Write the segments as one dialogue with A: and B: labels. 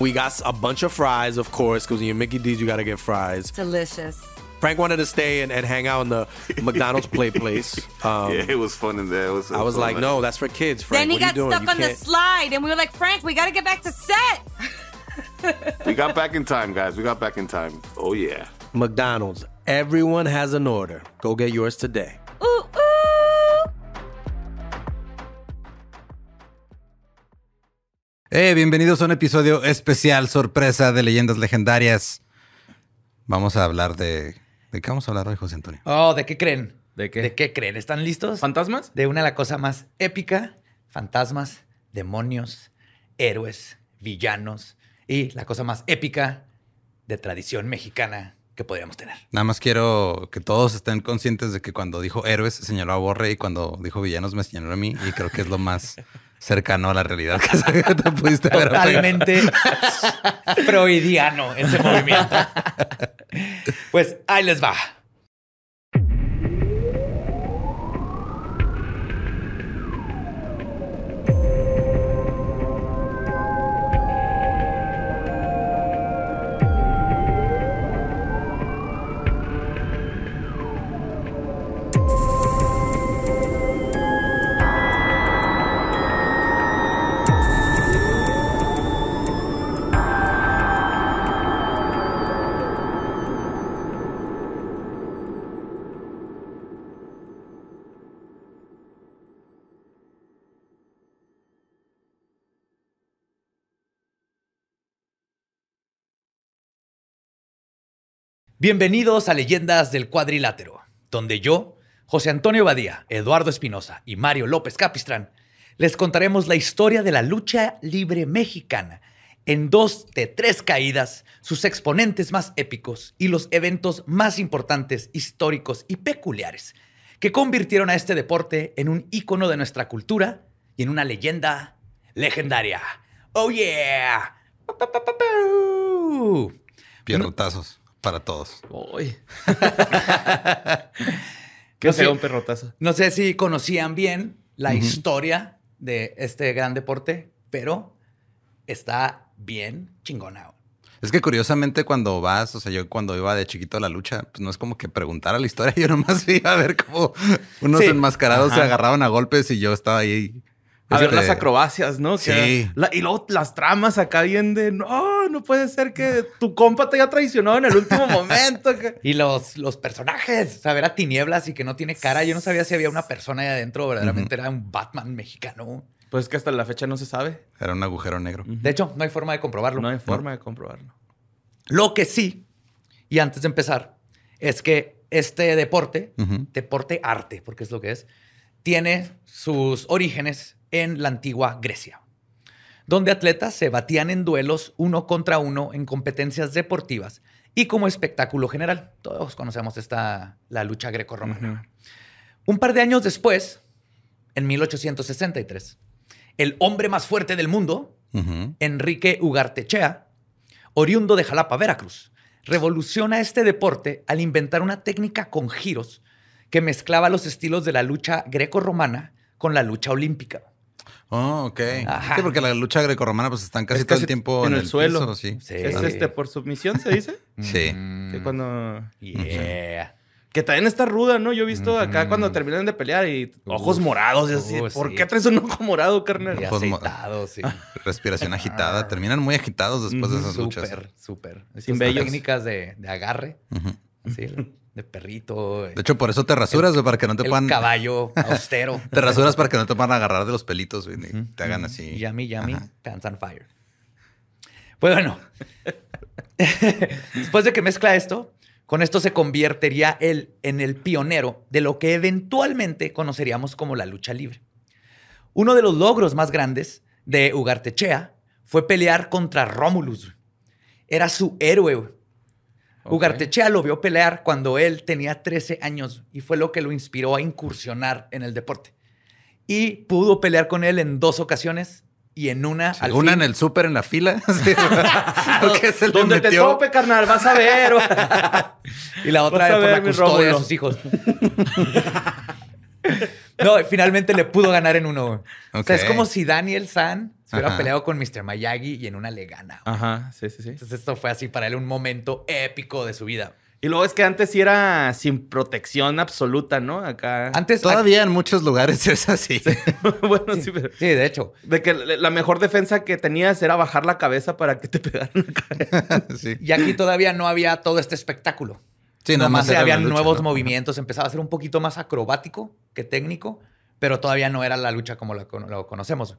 A: We got a bunch of fries, of course, because in your Mickey D's, you got to get fries.
B: Delicious.
A: Frank wanted to stay and, and hang out in the McDonald's play place. Um,
C: yeah, it was fun in there. It was, it
A: I was
C: fun,
A: like,
C: man.
A: no, that's for kids, Frank.
B: then he
A: what are
B: got
A: you doing?
B: stuck
A: You
B: on the
A: can't-
B: slide, and we were like, Frank, we got to get back to set.
C: We got back in time, guys. We got back in time. Oh yeah.
A: McDonald's. Everyone has an order. Go get yours today.
B: Ooh, ooh.
D: Eh, bienvenidos a un episodio especial, sorpresa de Leyendas Legendarias. Vamos a hablar de... ¿De qué vamos a hablar hoy, José Antonio?
E: Oh, ¿de qué creen?
F: ¿De qué?
E: ¿De qué creen? ¿Están listos?
F: ¿Fantasmas?
E: de una de las cosas más épica, fantasmas, demonios, héroes, villanos y la cosa más épica de tradición mexicana que podríamos tener.
D: Nada más quiero que todos estén conscientes de que cuando dijo héroes señaló a Borre y cuando dijo villanos me señaló a mí y creo que es lo más cercano a la realidad que te pudiste haber apegado.
E: Totalmente freudiano ese movimiento. Pues ahí les va. Bienvenidos a Leyendas del Cuadrilátero, donde yo, José Antonio Badía, Eduardo Espinosa y Mario López Capistrán les contaremos la historia de la lucha libre mexicana en dos de tres caídas, sus exponentes más épicos y los eventos más importantes, históricos y peculiares que convirtieron a este deporte en un ícono de nuestra cultura y en una leyenda legendaria. ¡Oh, yeah! Pa, pa, pa, pa, pau.
D: Pierrotazos para todos.
F: Uy.
E: No
F: ¿Qué
E: sé-
F: sea un perrotazo?
E: No sé si conocían bien la historia de este gran deporte, pero está bien chingona.
D: Es que curiosamente cuando vas, o sea, yo cuando iba de chiquito a la lucha, pues no es como que preguntara la historia, yo nomás iba a ver cómo unos
E: Sí.
D: enmascarados se
F: Ajá.
D: agarraban a golpes y yo estaba ahí.
F: A ver
D: este,
F: las acrobacias, ¿no? Que
D: sí.
F: era- la- y luego las tramas acá bien de, no, no puede ser que tu compa te haya traicionado en el último momento. que-".
E: Y los, los personajes, o sea, ver a tinieblas y que no tiene cara. Yo no sabía si había una persona ahí adentro, verdaderamente era un Batman mexicano.
F: Pues que hasta la fecha no se sabe.
D: Era un agujero negro.
E: De hecho, no hay forma de comprobarlo.
F: No hay forma de comprobarlo.
E: Lo que sí, y antes de empezar, es que este deporte,
D: Ujú.
E: deporte arte, porque es lo que es, tiene sus orígenes en la antigua Grecia, donde atletas se batían en duelos uno contra uno en competencias deportivas y como espectáculo general. Todos conocemos esta, la lucha grecorromana. Un par de años después, en 1863, el hombre más fuerte del mundo,
D: Ujú.
E: Enrique Ugartechea, oriundo de Jalapa, Veracruz, revoluciona este deporte al inventar una técnica con giros que mezclaba los estilos de la lucha greco-romana con la lucha olímpica.
D: Oh, ok.
E: Ajá.
D: Sí, porque la lucha grecorromana pues están casi
F: Es
D: todo
F: casi
D: el tiempo en, el, suelo. sí. Mm.
E: Sí.
F: Es este por submisión, se dice.
D: Sí.
F: Que cuando.
E: Yeah.
F: Que también está ruda, ¿no? Yo he visto acá
E: Ujú.
F: cuando terminan de pelear y ojos
E: Uf.
F: morados. Y así,
E: Uh,
F: ¿por
E: sí.
F: qué traes un ojo morado, carnal?
E: Y
D: Ojos mo-
E: aceitados, sí.
D: Respiración agitada. Terminan muy agitados después de
F: Ujú,
D: esas luchas.
E: Súper, súper.
F: Sin
E: Sin
F: vellos.
E: técnicas de, de agarre,
D: Ujú.
E: así, de perrito.
D: De hecho, por eso te rasuras, güey, para que no te
E: el
D: puedan.
E: caballo austero.
D: Te rasuras para que no te puedan agarrar de los pelitos, güey. ni Te hagan así.
E: Yummy, yummy,
D: Ajá.
E: Pants on Fire. Pues bueno, después de que mezcla esto, con esto se convertiría él en el pionero de lo que eventualmente conoceríamos como la lucha libre. Uno de los logros más grandes de Ugartechea fue pelear contra Romulus. Era su héroe. güey.
F: Ok.
E: Ugartechea lo vio pelear cuando él tenía 13 años y fue lo que lo inspiró a incursionar en el deporte. Y pudo pelear con él en dos ocasiones y en una
D: Sí,
E: al
D: Una
E: fin,
D: en el súper en la fila. sí, porque se le
F: Donde te
D: metió.
F: tope, carnal, vas a ver. o-
E: y la
F: Vas a
E: otra por
F: ver,
E: la
F: mi
E: custodia de
F: Rómulo.
E: sus hijos. No, finalmente le pudo ganar en uno. güey. O sea, es
D: Ok.
E: como si Daniel San se hubiera
D: Ajá.
E: peleado con Mr. Miyagi y en una le gana. güey.
F: Ajá, sí, sí, sí.
E: Entonces esto fue así para él un momento épico de su vida.
F: Y luego es que antes sí era sin protección absoluta, ¿no? Acá.
E: Antes...
D: Todavía en muchos lugares es así.
F: bueno, sí, pero.
E: Sí, de hecho.
F: De que la la mejor defensa que tenías era bajar la cabeza para que te pegaran.
D: sí.
E: Y aquí todavía no había todo este espectáculo.
D: Sí, nada
E: Nomás
D: más era la
E: había
D: lucha,
E: nuevos
D: ¿no?
E: movimientos, empezaba a ser un poquito más acrobático que técnico, pero todavía no era la lucha como la, cono- lo conocemos.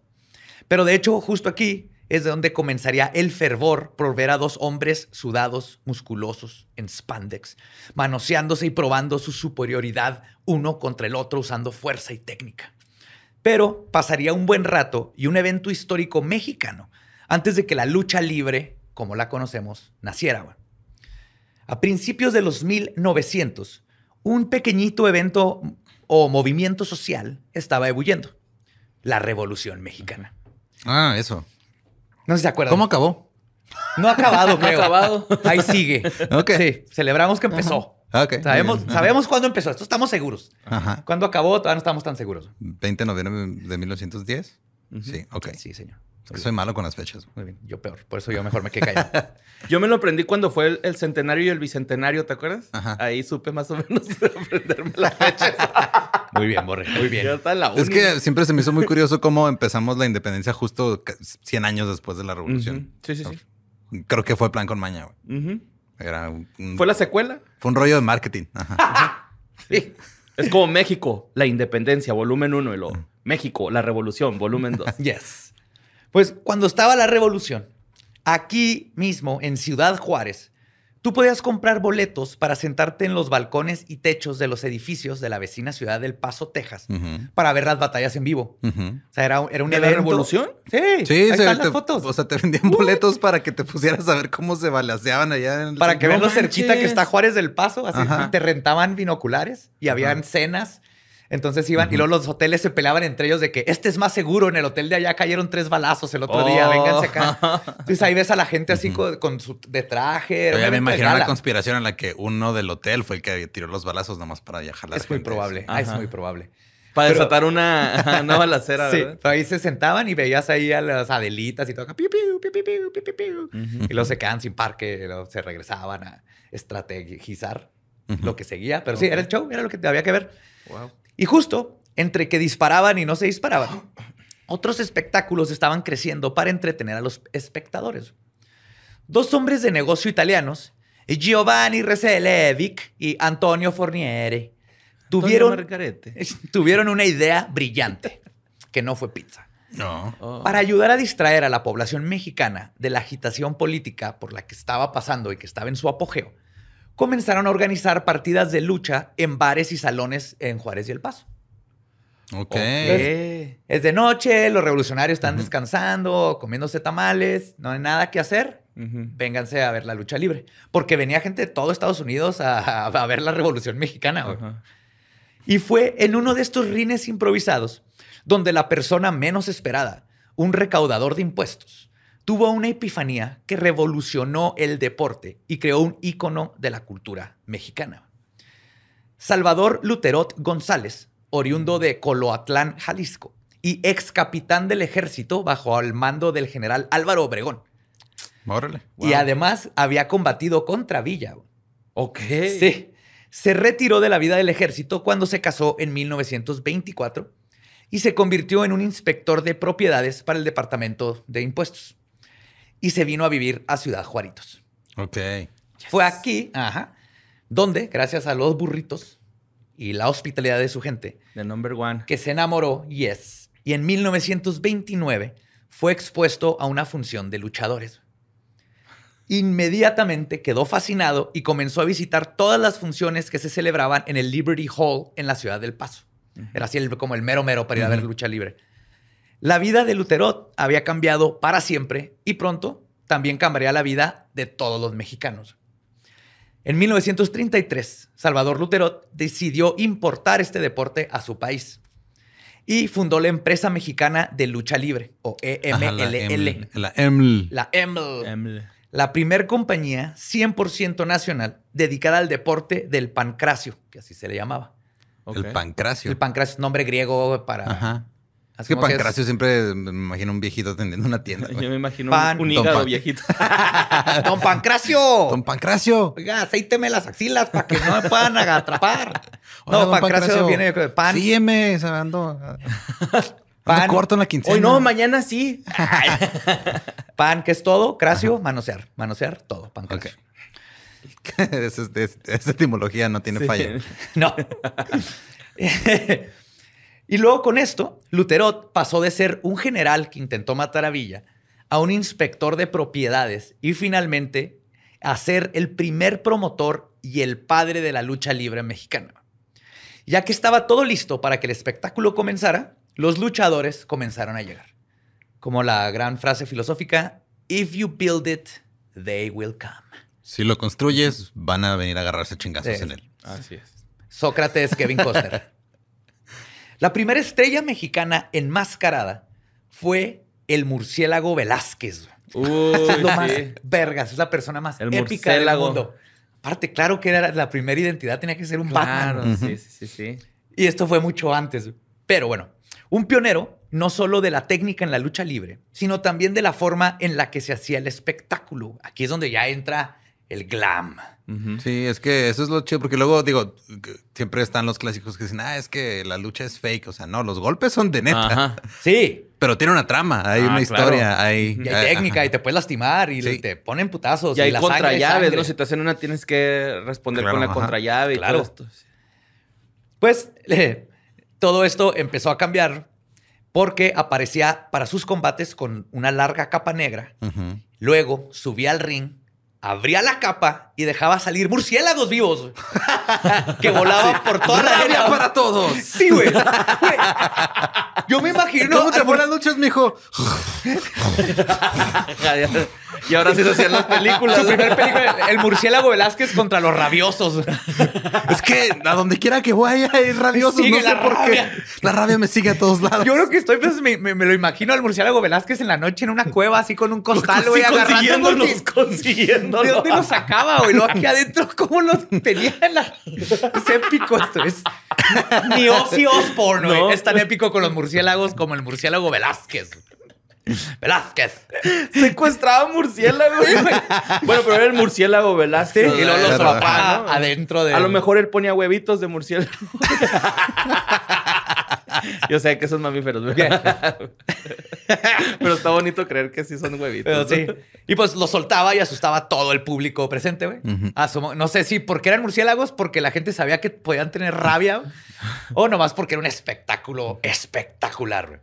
E: Pero de hecho, justo aquí es de donde comenzaría el fervor por ver a dos hombres sudados, musculosos, en spandex, manoseándose y probando su superioridad uno contra el otro usando fuerza y técnica. Pero pasaría un buen rato y un evento histórico mexicano antes de que la lucha libre, como la conocemos, naciera. güey. A principios de los 1900, un pequeñito evento o movimiento social estaba ebulliendo. La Revolución Mexicana.
D: Ah, eso.
E: No sé si se acuerdan.
D: ¿Cómo acabó?
E: No ha acabado, creo. acabado. Ahí sigue.
D: Ok.
E: Sí, celebramos que empezó.
D: Ah, ok.
E: Sabemos,
D: Muy bien.
E: sabemos cuándo empezó. Esto estamos seguros.
D: Ajá.
E: Cuándo acabó, todavía no estamos tan seguros.
D: 20 de noviembre de 1910. Sí, ok.
E: Sí, señor.
D: Es que Soy malo con las fechas.
E: Muy bien. Yo peor. Por eso yo mejor me quedé callado.
F: Yo me lo aprendí cuando fue el, el centenario y el bicentenario, ¿te acuerdas?
D: Ajá.
F: Ahí supe más o menos aprenderme la fecha.
E: Muy bien, Borre. Muy
F: Ya
E: bien.
F: está en la uni.
D: Es que siempre se me hizo muy curioso cómo empezamos la independencia justo ca- 100 años después de la revolución.
F: Ujú. Sí, sí, sí.
D: Creo que fue plan con maña, güey.
F: Ujú.
D: Era un, un-
F: Fue la secuela.
D: fue un rollo de marketing.
E: Ah.
D: Ajá.
E: Sí.
F: Es como México, la independencia, volumen 1 y lo México, la revolución, volumen 2.
E: Yes. Pues cuando estaba la revolución, aquí mismo en Ciudad Juárez, tú podías comprar boletos para sentarte en los balcones y techos de los edificios de la vecina ciudad del Paso, Texas,
D: Ujú.
E: para ver las batallas en vivo.
D: Ujú.
E: O sea, era, era un
F: ¿De la
E: evento.
F: revolución?
E: Sí,
D: Sí,
E: ahí
D: se-
E: están las
D: te-
E: fotos.
D: O sea, te vendían boletos para que te pusieras a ver cómo se balaseaban allá. En el
E: para que
D: centro.
E: vean lo
F: manches.
E: cerquita que está Juárez del Paso. Así
D: Ajá.
E: y te rentaban binoculares y habían cenas. Entonces iban y luego los hoteles se peleaban entre ellos de que este es más seguro. En el hotel de allá cayeron tres balazos el otro día.
F: Oh.
E: Vénganse acá. Entonces ahí ves a la gente así co- con, su de traje. era un
D: Oye, me
E: evento de
D: imagino la
E: gala.
D: conspiración en la que uno del hotel fue el que tiró los balazos nomás para ya jalar.
E: Es muy
D: gente.
E: probable.
F: Ajá.
E: Es muy probable.
F: Para
E: Pero-
F: desatar una, ajá, una balacera,
E: Sí,
F: ¿verdad?
E: pero ahí se sentaban y veías ahí a las adelitas y todo. acá, piu, piu, piu, piu, piu, piu, piu, piu. Y luego se quedaban sin parque, y luego se regresaban a estrategizar
D: Ujú.
E: lo que seguía. Pero sí, era el show, era lo que había que ver.
F: Wow.
E: Y justo entre que disparaban y no se disparaban, otros espectáculos estaban creciendo para entretener a los espectadores. Dos hombres de negocio italianos, Giovanni Reselevic y Antonio Fornieri,
F: Tuvieron.
E: tuvieron, tuvieron una idea brillante, que no fue pizza.
D: No.
F: Oh. Ah.
E: Para ayudar a distraer a la población mexicana de la agitación política por la que estaba pasando y que estaba en su apogeo, comenzaron a organizar partidas de lucha en bares y salones en Juárez y El Paso.
D: Ok.
E: Es de noche, los revolucionarios están descansando, comiéndose tamales, no hay nada que hacer. Vénganse a ver la lucha libre. Porque venía gente de todo Estados Unidos a, a ver la revolución mexicana. güey. Y fue en uno de estos rines improvisados donde la persona menos esperada, un recaudador de impuestos, tuvo una epifanía que revolucionó el deporte y creó un ícono de la cultura mexicana. Salvador Luterot González, oriundo de Coloatlán, Jalisco, y ex capitán del ejército bajo el mando del general Álvaro Obregón.
D: Órale.
E: Y
D: Wow.
E: además había combatido contra Villa. güey.
F: Ok.
E: Sí. Se retiró de la vida del ejército cuando se casó en 1924 y se convirtió en un inspector de propiedades para el Departamento de Impuestos. Y se vino a vivir a Ciudad Juaritos.
D: Ok.
E: Fue aquí, ajá, donde, gracias a los burritos y la hospitalidad de su gente,
F: The number one.
E: que se enamoró, yes, y en 1929 fue expuesto a una función de luchadores. Inmediatamente quedó fascinado y comenzó a visitar todas las funciones que se celebraban en el Liberty Hall en la ciudad del Paso. Era así el- como el mero mero para ir a ver lucha libre. La vida de Luterot había cambiado para siempre y pronto también cambiaría la vida de todos los mexicanos. En 1933, Salvador Luterot decidió importar este deporte a su país y fundó la empresa mexicana de lucha libre, o E
D: Ajá, la
E: EMLL,
D: em- La EML.
E: la EML, la primer compañía 100% nacional dedicada al deporte del pancracio, que así se le llamaba.
D: El pancracio.
E: El pancracio es nombre griego para.
D: Ajá. Es
E: así
D: que
E: como que
D: pancracio siempre me imagino un viejito atendiendo una tienda. güey.
F: Yo me imagino
E: Pan-
F: un, un
D: Don
F: hígado
D: Pan.
F: viejito.
E: ¡Don Pancracio!
D: Don Pancracio.
E: Oiga, aceíteme las axilas para que no me puedan atrapar.
D: Hola,
E: no,
D: don
E: Pancracio, viene yo creo, de pan.
D: Sígueme, o sea, ando, ando
E: Pan.
D: corto en la quincena.
F: Hoy no, mañana sí.
E: Pan, que es todo. Cracio, manosear. Manosear, todo. Pancracio.
D: Ok. Esa es- es- esa etimología no tiene falla.
E: No. y luego con esto, Luterot pasó de ser un general que intentó matar a Villa a un inspector de propiedades y finalmente a ser el primer promotor y el padre de la lucha libre mexicana. Ya que estaba todo listo para que el espectáculo comenzara, los luchadores comenzaron a llegar. Como la gran frase filosófica, If you build it, they will come.
D: Si lo construyes, van a venir a agarrarse chingazos
E: Sí.
D: en él.
F: Así es.
E: Sócrates Kevin Costner. La primera estrella mexicana enmascarada fue el murciélago Velázquez. güey.
F: Uy,
E: Es lo más
F: sí.
E: vergas, es la persona más
F: El
E: épica del
F: murciélago.
E: mundo. Aparte, claro que era la primera identidad tenía que ser un Batman.
F: Claro,
E: güey.
F: sí, sí, sí, sí.
E: Y esto fue mucho antes. güey. Pero bueno, un pionero no solo de la técnica en la lucha libre, sino también de la forma en la que se hacía el espectáculo. Aquí es donde ya entra el glam.
F: Ujú.
D: Sí, es que eso es lo chido, porque luego digo, que siempre están los clásicos que dicen, ah, es que la lucha es fake. O sea, no, los golpes son de neta,
F: Ajá.
E: Pues Sí,
D: pero tiene una trama, hay
F: Ah,
D: una
F: claro.
D: historia, hay,
E: Y hay
D: ah,
E: técnica
D: ajá.
E: y te puedes lastimar y
D: Sí.
E: te ponen putazos.
F: Y hay
E: la sangre es
F: contrallaves,
E: sangre.
F: ¿no? Si te hacen una, tienes que responder
D: Claro,
F: con la
D: ajá.
F: contrallave y
E: Claro.
F: todo esto. Sí.
E: Pues eh, todo esto empezó a cambiar porque aparecía para sus combates con una larga capa negra.
D: Ujú.
E: Luego subía al ring, abría la capa y dejaba salir murciélagos vivos que volaban por toda la
D: ¡Rabia
E: arena.
D: para todos!
E: Sí, güey. Güey. Yo me imagino.
D: ¿Cómo te
E: al
D: fue las luchas, mijo?
F: y ahora sí se hacían las películas.
E: Su primer película, el- el murciélago Velázquez contra los rabiosos.
D: Es que a donde quiera que vaya es rabioso,
E: Sigue
D: no sé
E: la
D: por
E: rabia.
D: qué. La rabia me sigue a todos lados.
E: Yo creo que estoy, pues me, me- me lo imagino al murciélago Velázquez en la noche en una cueva, así con un costal, güey, agarrando los
F: consiguiéndolo.
E: ¿De dónde lo sacaba, güey? Lo aquí adentro, ¿cómo lo tenía en la. Es épico esto. Es ni Ozzy Osbourne, güey.
F: No.
E: Es tan épico con los murciélagos como el murciélago Velázquez. Velázquez.
F: Secuestraba murciélagos. bueno, pero era el murciélago
E: Sí,
F: Velázquez.
E: y luego lo
D: Claro.
E: solapaba adentro de.
F: A lo mejor él ponía huevitos de murciélago. Yo sé que son mamíferos, ¿verdad? Pero está bonito creer que sí son
E: Pero
F: huevitos.
E: sí. Y pues lo soltaba y asustaba a todo el público presente, güey.
D: Ujú.
E: Asumo- No sé si porque eran murciélagos, porque la gente sabía que podían tener rabia, o Oh, nomás porque era un espectáculo espectacular, güey.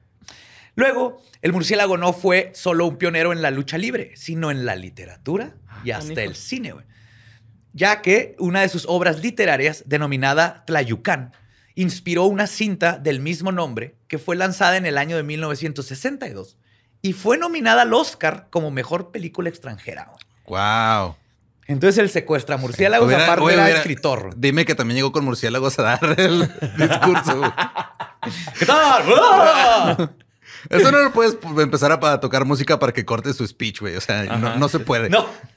E: Luego, el murciélago no fue solo un pionero en la lucha libre, sino en la literatura y hasta
F: canijo.
E: el cine, güey. Ya que una de sus obras literarias, denominada Tlayucán, inspiró una cinta del mismo nombre que fue lanzada en el año de 1962 y fue nominada al Oscar como mejor película extranjera. güey.
D: Wow.
E: Entonces el secuestra murciélagos
D: Hubiera-
E: aparte
D: oye,
E: era
D: hubiera-
E: escritor.
D: Dime que también llegó con murciélagos a dar el discurso. güey.
E: ¿Qué tal? ¡Ah!
D: Eso no lo puedes pu- empezar a, pa- tocar música para que corte su speech, güey. O sea, no, no se puede.
E: no.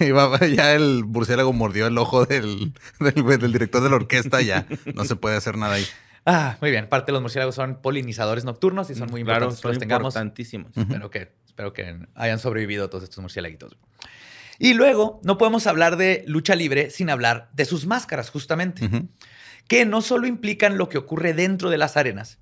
D: Y va- ya el murciélago mordió el ojo del, del, güey, del director de la orquesta. Ya no se puede hacer nada ahí.
E: Ah, muy bien. Parte de los murciélagos son polinizadores nocturnos y son muy
F: Mm, claro,
E: importantes este que
F: son
E: los tengamos.
F: importantísimos.
E: Espero que, espero que hayan sobrevivido todos estos murciélaguitos. Y luego no podemos hablar de lucha libre sin hablar de sus máscaras, justamente,
D: Ujú.
E: que no solo implican lo que ocurre dentro de las arenas,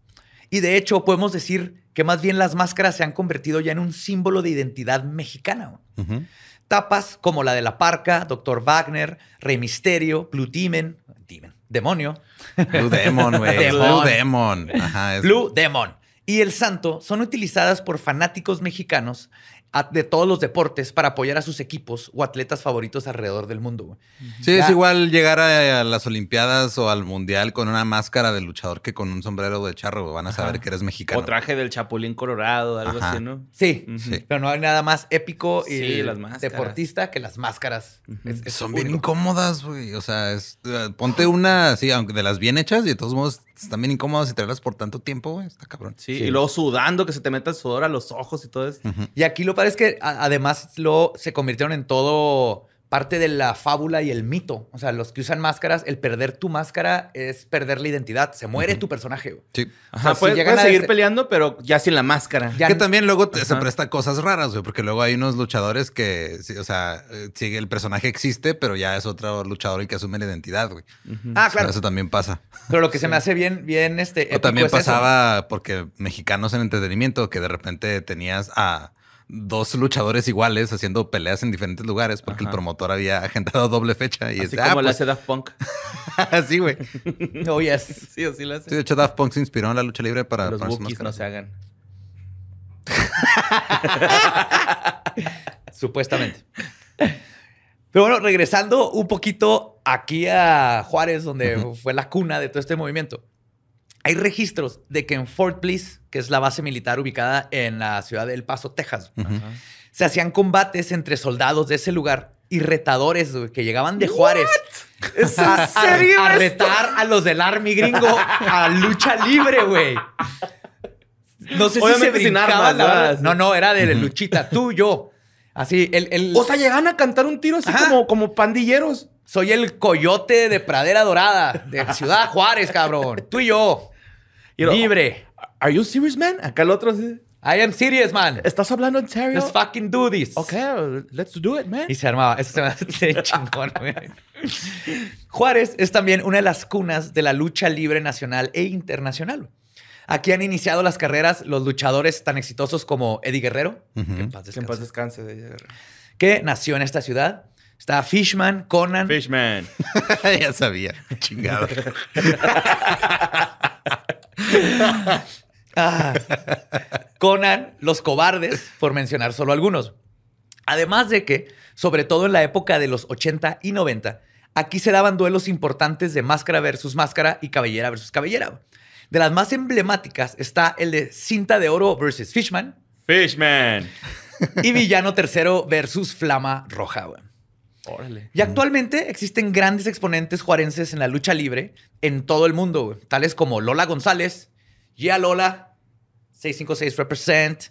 E: y de hecho podemos decir que más bien las máscaras se han convertido ya en un símbolo de identidad mexicana. güey.
D: Ujú.
E: Tapas como la de La Parca, Doctor Wagner, Rey Misterio, Blue Demon, Demon, Demonio,
D: Blue Demon, güey.
E: Demon.
D: Blue Demon. Ajá. es-
E: Blue Demon y el Santo son utilizadas por fanáticos mexicanos a- de todos los deportes para apoyar a sus equipos o atletas favoritos alrededor del mundo. güey.
D: Sí,
E: Ya.
D: es igual llegar a, a las Olimpiadas o al Mundial con una máscara de luchador que con un sombrero de charro. güey. Van a saber que eres mexicano.
F: O traje del Chapulín Colorado, algo
D: Ajá.
F: así, ¿no?
E: Sí,
F: Ujú.
D: Sí.
E: pero no hay nada más épico y
F: Sí, las máscaras.
E: deportista que las máscaras. Es- es
D: Son bien
E: único.
D: incómodas, güey. O sea, es- eh, ponte una, sí, aunque de las bien hechas y de todos modos están bien incómodas y traerlas por tanto tiempo, güey. Está cabrón.
F: Sí, y luego sudando, que se te meta el sudor a los ojos y todo esto.
E: Y aquí lo parece que a- además lo se convirtieron en todo parte de la fábula y el mito. O sea, los que usan máscaras, el perder tu máscara es perder la identidad. Se muere tu personaje. güey.
D: Sí.
E: O sea,
F: Ajá,
E: si
F: puedes,
E: llegan
F: puedes
E: a
F: seguir
E: este-
F: peleando, pero ya sin la máscara.
E: Ya-
D: que también luego te- se presta cosas raras, güey, porque luego hay unos luchadores que, sí, o sea, eh, sí, el personaje existe, pero ya es otro luchador el que asume la identidad, güey.
E: Ah,
D: Pero
E: claro.
D: Eso también pasa.
E: Pero lo que se me hace bien, bien, este. épico
D: O también
E: es eso.
D: pasaba porque mexicanos en entretenimiento, que de repente tenías a dos luchadores iguales haciendo peleas en diferentes lugares porque el
F: Ajá.
D: promotor había agendado doble fecha y
F: Así
D: es
F: como
D: ah,
F: la
D: pues,
F: hace Daft Punk.
D: así, güey.
E: Oh, yes.
F: Sí, así la hace.
D: Sí, de hecho, Daft Punk se inspiró en la lucha libre para
F: Los
D: ponerse
F: bookies
D: máscara.
F: no se hagan.
E: Supuestamente. Pero bueno, regresando un poquito aquí a Juárez, donde fue la cuna de todo este movimiento. Hay registros de que en Fort Bliss, que es la base militar ubicada en la ciudad de El Paso, Texas,
D: Ujú.
E: se hacían combates entre soldados de ese lugar y retadores güey, que llegaban de Juárez
F: ¿Es
E: a, a retar a los del Army gringo a lucha libre, güey. No sé si
F: Obviamente
E: se
F: sin
E: brincaban
F: armas,
E: la
F: ¿verdad?
E: barra. No, no, era de luchita, tú, yo. Así, el, el-
F: O sea, llegan a cantar un tiro así
E: Ajá.
F: como, como pandilleros.
E: soy el coyote de Pradera Dorada, de Ciudad Juárez, cabrón. Tú y yo.
F: Y lo-
E: Libre.
F: ¿Are you serious, man? Acá el otro así.
E: I am serious, man.
F: ¿Estás hablando en serio?
E: Let's fucking do this.
F: Ok, let's do it, man.
E: Y se armaba. Eso se me hace chingón, güey. Juárez es también una de las cunas de la lucha libre nacional e internacional. Aquí han iniciado las carreras los luchadores tan exitosos como Eddie Guerrero,
D: Ujú.
E: que, en paz
F: Que en paz
E: descanse,
F: descanse. de-
E: que nació en esta ciudad. Está Fishman, Conan,
F: Fishman.
D: ya sabía. Chingado.
E: Ah. Conan, Los Cobardes, por mencionar solo algunos. Además de que, sobre todo en la época de los 80 y 90, aquí se daban duelos importantes de máscara versus máscara y cabellera versus cabellera. De las más emblemáticas está el de Cinta de Oro versus Fishman
F: Fishman.
E: y Villano Tercero versus Flama Roja. güey.
F: Órale.
E: Y actualmente existen grandes exponentes juarenses en la lucha libre en todo el mundo, güey. tales como Lola González, Ya Lola, 656 Represent,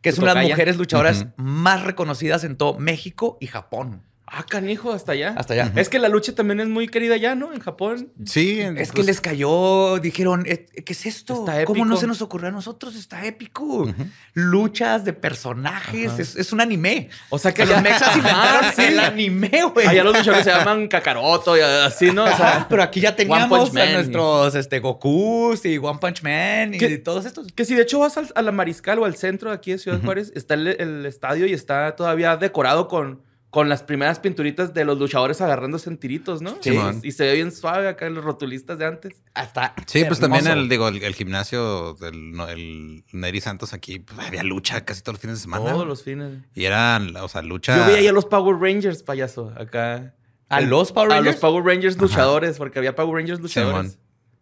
E: que es
F: Tu
E: una de las
F: tocaya.
E: mujeres luchadoras
D: Ujú.
E: más reconocidas en todo México y Japón.
F: Ah, canijo, hasta allá.
E: Hasta allá.
F: Es que la lucha también es muy querida allá, ¿no? En Japón.
D: Sí, pues,
E: Es que les cayó, dijeron, "Eh, ¿qué es esto?
F: Pues Está
E: ¿Cómo
F: épico.
E: no se nos ocurrió a nosotros? Está épico. Luchas de personajes, es, es un anime.
F: O sea que
E: Que los
F: allá,
E: mexas inventaron
F: Ah, sí.
E: el anime, güey.
F: allá los luchadores se llaman Kakaroto y así, ¿no? O
E: Ajá,
F: sea,
E: pero aquí ya teníamos
F: Punch
E: a
F: Man.
E: nuestros este, Gokus y One Punch Man y
F: ¿Qué?
E: todos estos.
F: que si de hecho vas al- a la Mariscal o al centro de aquí de Ciudad Juárez, está el, el estadio y está todavía decorado con, con las primeras pinturitas de los luchadores agarrándose en tiritos, ¿no?
D: Simón.
F: Y, y se ve bien suave acá los rotulistas de antes.
E: Hasta
D: Sí, pues también
E: hermoso.
D: el, digo, el, el gimnasio del no, el Neri Santos aquí pues, había lucha casi todos los fines de semana.
F: Todos los fines.
D: Y eran, o sea, lucha.
F: Yo vi ahí a los Power Rangers, payaso, acá.
E: ¿A los Power
F: A
E: Rangers?
F: los Power Rangers luchadores, porque había Power Rangers luchadores.
D: Simón.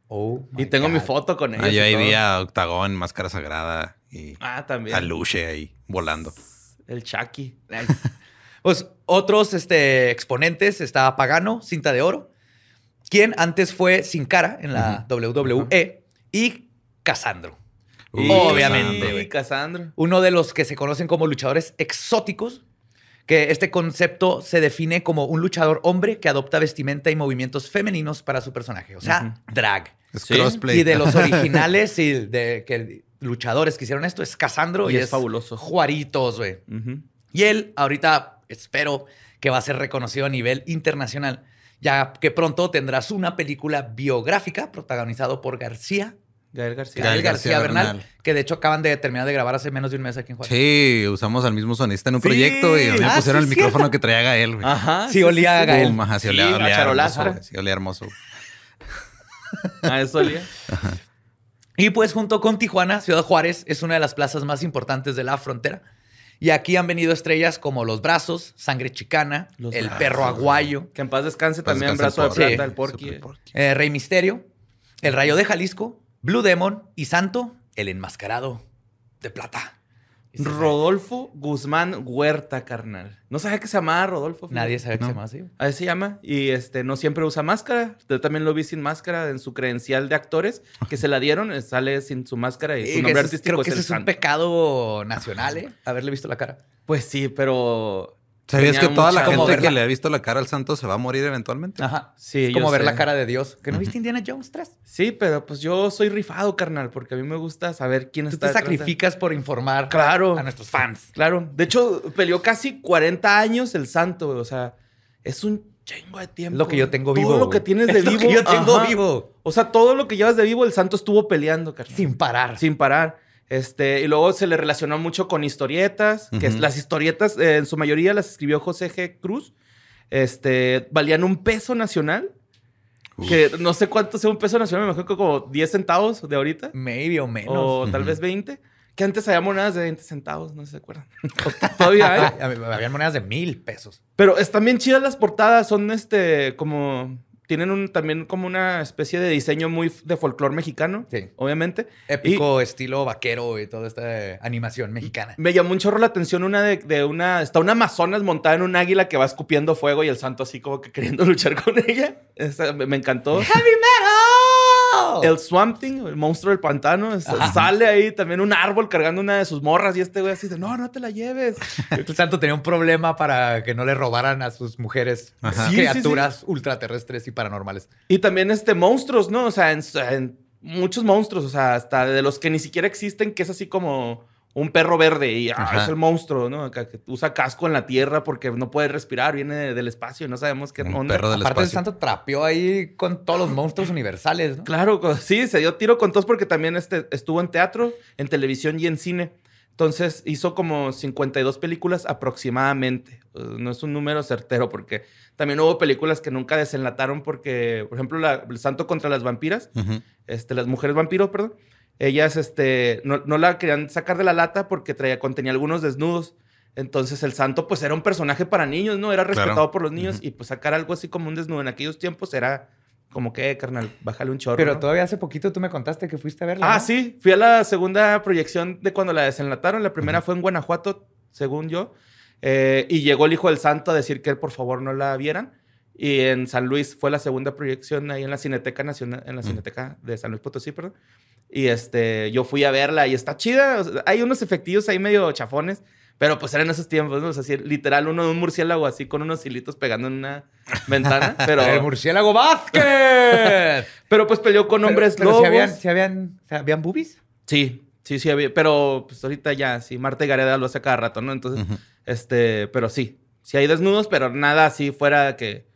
E: Oh, my
F: y tengo mi
E: God.
F: foto con ellos.
D: Ah, yo
F: y
D: ahí vi
F: todo.
D: a Octagón, Máscara Sagrada y
F: Ah, también.
D: a Luche ahí volando.
F: El Chucky.
E: Pues otros este, exponentes está Pagano, cinta de oro, quien antes fue sin cara en la WWE y Casandro.
D: Uy,
E: Obviamente, güey.
F: Y Casandro.
E: uno de los que se conocen como luchadores exóticos, que este concepto se define como un luchador hombre que adopta vestimenta y movimientos femeninos para su personaje, o sea, drag.
D: Es
F: Sí.
D: crossplay.
E: Y de los originales y de que luchadores que hicieron esto es Casandro y,
F: Y es fabuloso.
E: Juaritos, güey. Y él ahorita espero que va a ser reconocido a nivel internacional, ya que pronto tendrás una película biográfica protagonizado por García,
F: Gael García.
E: Gael García,
D: García
E: Bernal,
D: Bernal.
E: que de hecho acaban de terminar de grabar hace menos de un mes aquí en Juárez.
D: Sí, usamos al mismo sonista en un
F: Sí.
D: proyecto y me
E: Ah,
D: pusieron
E: sí,
D: el micrófono que traía Gael, güey.
F: Ajá.
E: Sí, olía a Gael.
D: Pum, ajá, sí,
F: Sí,
D: olía,
F: la
D: olía hermoso,
F: charolastra.
D: güey, sí, olía hermoso.
F: A eso olía.
E: Y pues junto con Tijuana, Ciudad Juárez es una de las plazas más importantes de la frontera. Y aquí han venido estrellas como Los Brazos, Sangre Chicana,
F: Los
E: El
F: Brazos.
E: Perro Aguayo,
F: Que en paz descanse
D: Pues
F: también.
D: descansa
F: brazo de
E: Porky.
F: plata, el
D: Super
F: porqui.
E: eh, Rey Misterio, El Rayo de Jalisco, Blue Demon y Santo, El Enmascarado de Plata.
F: Rodolfo Guzmán Huerta, carnal. No sabía que se llamaba Rodolfo. fíjate.
E: Nadie sabe que
D: No.
E: se llama así.
F: A ese se llama. Y este, no siempre usa máscara. Yo también lo vi sin máscara en su credencial de actores que se la dieron. eh, Sale sin su máscara y su
E: Y Eh, que
F: nombre
E: ese es-
F: artístico
E: creo
F: es
E: que
F: el
E: ese es un
F: Santo.
E: pecado nacional, ¿eh? Haberle visto la cara.
F: Pues sí, pero
D: ¿Sabías que
F: Tenía
D: toda la
F: mucha-
D: gente
E: como
D: que
E: verla.
D: le ha visto la cara al santo se va a morir eventualmente?
E: Ajá.
F: Sí,
E: es como
F: yo
E: ver
F: sé.
E: la cara de Dios. ¿Que no viste Indiana Jones 3?
F: Sí, pero pues yo soy rifado, carnal, porque a mí me gusta saber quién
E: Tú te
F: está detrás de-
E: sacrificas por informar
F: Claro.
E: a nuestros fans.
F: Claro. De hecho, peleó casi 40 años el santo, güey. O sea, es un chingo de tiempo.
E: Es lo que yo tengo vivo.
F: Todo lo que
E: güey.
F: tienes de
E: Es lo
F: vivo.
E: que yo tengo
F: ajá.
E: vivo.
F: O sea, todo lo que llevas de vivo, el santo estuvo peleando, carnal.
E: Sin parar.
F: Sin parar. Este, y luego se le relacionó mucho con historietas, que es-
D: Ujú.
F: las historietas eh, en su mayoría las escribió José G. Cruz. Este, valían un peso nacional, que no sé cuánto sea un peso nacional, me imagino que como 10 centavos de ahorita,
E: Maybe o menos.
F: o tal vez 20, que antes había monedas de 20 centavos, no sé si se acuerdan. Todavía hay.
E: Ah, Habían monedas de mil pesos.
F: Pero están bien chidas las portadas, son este como tienen un también como una especie de diseño muy f- de folclore mexicano,
E: Sí.
F: obviamente.
E: Épico, estilo vaquero y toda esta eh, animación mexicana.
F: Me llamó un chorro la atención una de, de una está una amazonas montada en un águila que va escupiendo fuego y el santo así como que queriendo luchar con ella. Esa me, me encantó.
E: ¡Heavy metal!
F: El Swamp Thing, el monstruo del pantano, es- sale ahí también un árbol cargando una de sus morras y este güey así de, "No, no te la lleves."
E: El santo tenía un problema para que no le robaran a sus mujeres
D: Ajá.
E: Sí,
F: sí,
E: criaturas ultraterrestres y paranormales.
F: Y también este monstruos, ¿no? O sea, en, en muchos monstruos, o sea, hasta de los que ni siquiera existen, que es así como un perro verde y ah,
D: Ajá.
F: es el monstruo, ¿no? Acá que usa casco en la tierra porque no puede respirar, viene de- del espacio y no sabemos qué
D: Un
F: onda.
D: perro del
E: Aparte, el
D: espacio.
E: santo trapeó ahí con todos los monstruos universales, ¿no?
F: Claro, co- sí, se dio tiro con todos porque también este, estuvo en teatro, en televisión y en cine. Entonces hizo como 52 películas aproximadamente. Eh, No es un número certero porque también hubo películas que nunca desenlataron porque, por ejemplo, la- El Santo contra las Vampiras,
D: Ujú.
F: este, las mujeres vampiros, perdón, ellas este, no, no la querían sacar de la lata porque traía, contenía algunos desnudos. Entonces el santo pues era un personaje para niños, ¿no? Era respetado
D: Claro.
F: por los niños
D: Ujú.
F: y pues sacar algo así como un desnudo en aquellos tiempos era como que, "Eh, carnal, bájale un chorro.
E: Pero
F: ¿no?
E: todavía hace poquito tú me contaste que fuiste a verla.
F: Ah,
E: ¿no?
F: sí, fui a la segunda proyección de cuando la desenlataron. La primera fue en Guanajuato, según yo. Eh, y llegó el hijo del santo a decir que por favor no la vieran. Y en San Luis fue la segunda proyección ahí en la Cineteca Nacional,
E: Mm.
F: en la Cineteca de San Luis Potosí, perdón. Y este, yo fui a verla y está chida. O sea, hay unos efectivos ahí medio chafones, pero pues eran esos tiempos, ¿no? O sea, sí, literal, uno de un murciélago así con unos hilitos pegando en una ventana. Pero,
E: El murciélago Vázquez.
F: pero pues peleó con hombres
E: pero, pero
F: lobos.
E: si habían, si habían, si habían boobies.
F: Sí, sí, sí, había- pero pues ahorita ya, sí, Marta y Gareda lo hace cada rato, ¿no? Entonces,
D: Ujú.
F: este, pero sí, sí hay desnudos, pero nada así fuera que,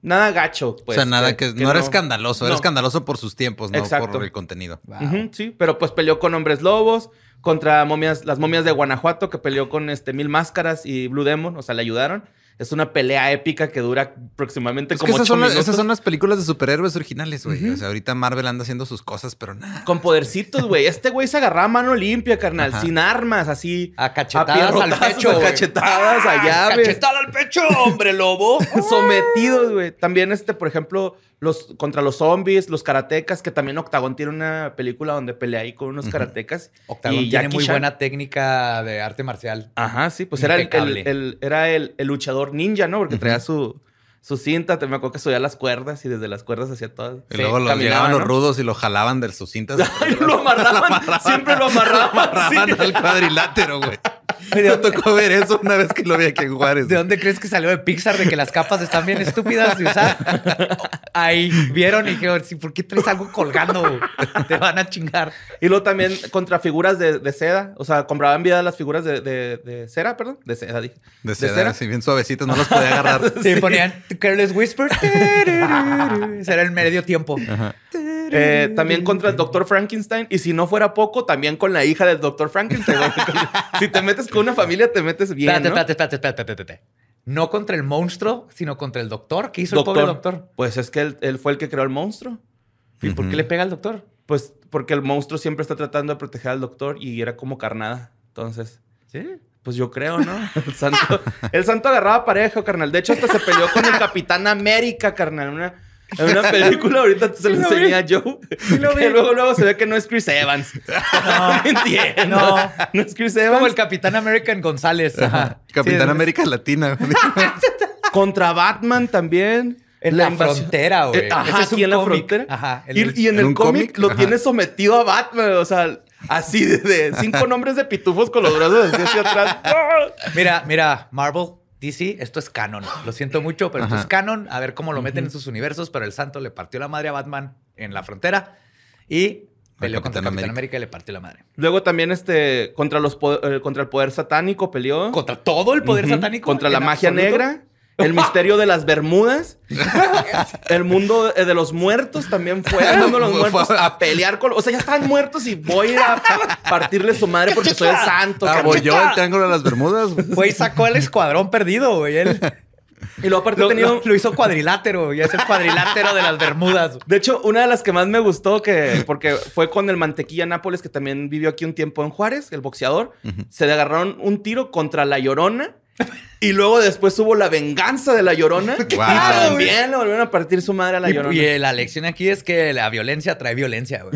F: nada gacho,
D: O
F: pues.
D: sea, nada que, no, era escandaloso, era
F: no.
D: escandaloso por sus tiempos, no
F: Exacto.
D: por el contenido.
F: Ujú, sí, pero pues peleó con hombres lobos, contra momias, las momias de Guanajuato, que peleó con este Mil Máscaras y Blue Demon, o sea, le ayudaron. Es una pelea épica que dura aproximadamente
D: Es que
F: como
D: esas
F: ocho
D: son, las,
F: minutos.
D: esas son las películas de superhéroes originales, güey. O sea, ahorita Marvel anda haciendo sus cosas, pero nada.
F: Con podercitos, güey. Este güey se agarraba a mano limpia, carnal,
D: Ajá.
F: sin armas, así.
E: A cachetadas al
F: pierrotazos,
E: pecho,
F: A
E: güey.
F: cachetadas, a llaves.
E: ¡Cachetada al pecho, hombre lobo!
F: sometidos, güey. También, este, por ejemplo, los contra los zombies, los karatecas, que también Octagon tiene una película donde pelea ahí con unos karatecas.
E: Octagón
F: Y
E: tiene
F: Jackie
E: muy
F: Chan.
E: buena técnica de arte marcial.
F: Ajá, sí, pues era el,
E: Impecable.
F: el- el- era el, el luchador ninja, ¿no? Porque traía su, su cinta, te me acuerdo que subía las cuerdas y desde las cuerdas hacía todo.
D: Y
E: Sí,
D: luego los
F: caminaba,
D: llegaban los
F: ¿no?
D: rudos y lo jalaban de sus cintas.
F: lo amarraban, siempre lo amarraban. sí.
D: Raban al cuadrilátero, güey. Me tocó ver eso una vez que lo vi aquí en Juárez.
E: ¿De dónde crees que salió de Pixar de que las capas están bien estúpidas de usar? Ahí vieron y dijeron, "Sí, ¿por qué traes algo colgando? güey? Te van a chingar.
F: Y luego también contra figuras de, de seda. O sea, compraban vida las figuras de, de- de cera, perdón. De seda, dije.
D: De seda, así bien suavecitas, no los podía agarrar.
E: Sí, ponían Careless Whisper. Será el medio tiempo.
F: Eh, también contra el Dr. Frankenstein. Y si no fuera poco, también con la hija del Dr. Frankenstein. si te metes con una familia, te metes bien.
E: Espérate,
F: ¿no?
E: espérate, espérate, espérate, espérate, espérate. No contra el monstruo, sino contra el doctor. ¿Qué hizo
F: Doctor.
E: el pobre doctor?
F: Pues es que él, él fue el que creó el monstruo.
E: ¿Y por qué le pega al doctor?
F: Pues porque el monstruo siempre está tratando de proteger al doctor y era como carnada. Entonces,
E: Sí.
F: pues yo creo, ¿no? El santo, el santo agarraba parejo, carnal. De hecho, hasta se peleó con el Capitán América, carnal. Una, en una película, ahorita se lo
E: lo vi.
F: enseñé a Joe.
E: lo
F: que
E: vi.
F: luego, luego se ve que no es Chris Evans. No, entiendo.
E: no.
F: No. es Chris Evans.
E: Como el Capitán American González. Ajá.
D: Capitán
F: Sí,
D: América Latina. güey.
F: Contra Batman también.
E: En la,
F: invasión-
E: frontera, güey.
F: Eh, ajá,
E: Ese es un
F: aquí en la
E: cómic.
F: frontera.
E: Ajá. el-
F: Y, y en,
D: en
F: el
D: un
F: cómic
D: cómic,
F: lo
D: ajá.
F: tiene sometido a Batman. O sea, así de, de cinco nombres de pitufos con los brazos así hacia atrás.
E: Mira, mira, Marvel, DC, esto es canon. Lo siento mucho, pero esto
D: Ajá.
E: es canon. A ver cómo lo meten en sus universos, pero el santo le partió la madre a Batman en la frontera y peleó contra
D: Capitán
E: Capitán América.
D: América.
E: y le partió la madre.
F: Luego también este contra los po- eh, contra el poder satánico peleó.
E: Contra todo el poder
F: Ujú.
E: satánico.
F: Contra la
E: en
F: magia
E: absoluto.
F: negra. El misterio de las Bermudas. el mundo eh, de los muertos también fue. El mundo de los
D: Fue- fue-
F: muertos a pelear con. O sea, ya están muertos y voy a partirle su madre porque soy el santo.
D: Ah,
F: cabrón.
D: voy yo el triángulo de las Bermudas. güey.
E: Güey, sacó el escuadrón perdido, güey. Él
F: y luego aparte
E: lo,
F: he tenido.
E: lo- lo hizo cuadrilátero, y es el cuadrilátero de las Bermudas.
F: De hecho, una de las que más me gustó, que, porque fue con el Mantequilla Nápoles, que también vivió aquí un tiempo en Juárez, el boxeador, se le agarraron un tiro contra la Llorona. Y luego después hubo la venganza de la Llorona.
D: Guau.
F: También le volvieron a partir su madre a la
E: Y,
F: Llorona.
E: y la lección aquí es que la violencia trae violencia, güey.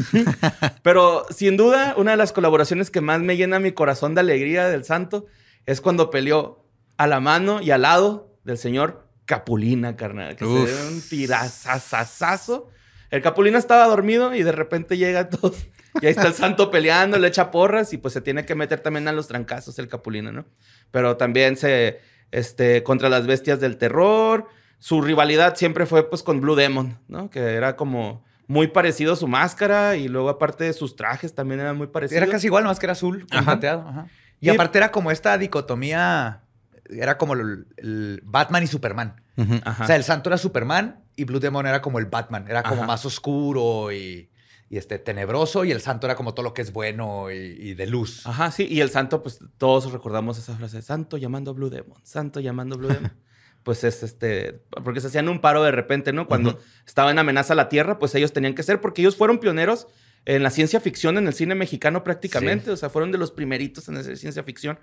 F: Pero sin duda, una de las colaboraciones que más me llena mi corazón de alegría del santo es cuando peleó a la mano y al lado del señor Capulina, carnal. Que se
D: Uf.
F: dio un tirazazazazo. El Capulina estaba dormido y de repente llega todo. Y ahí está el santo peleando, le echa porras y pues se tiene que meter también a los trancazos el Capulina, ¿no? Pero también se, este, contra las bestias del terror. Su rivalidad siempre fue pues con Blue Demon, ¿no? Que era como muy parecido a su máscara y luego aparte de sus trajes también eran muy parecidos.
E: Era casi igual, nomás que era azul, con plateado, ajá. Y
F: Y-
E: aparte era como esta dicotomía, era como el, el Batman y Superman.
D: Ujú.
F: Ajá.
E: O sea, el santo era Superman y Blue Demon era como el Batman, era como
F: Ajá.
E: más oscuro y, y, este, tenebroso y el santo era como todo lo que es bueno y, y de luz.
F: Ajá, sí. Y el santo, pues todos recordamos esa frase, santo llamando a Blue Demon, santo llamando a Blue Demon. Pues es este, porque se hacían un paro de repente, ¿no? Cuando estaba en amenaza la Tierra, pues ellos tenían que ser, porque ellos fueron pioneros en la ciencia ficción, en el cine mexicano prácticamente, o sea, fueron de los primeritos en hacer ciencia ficción.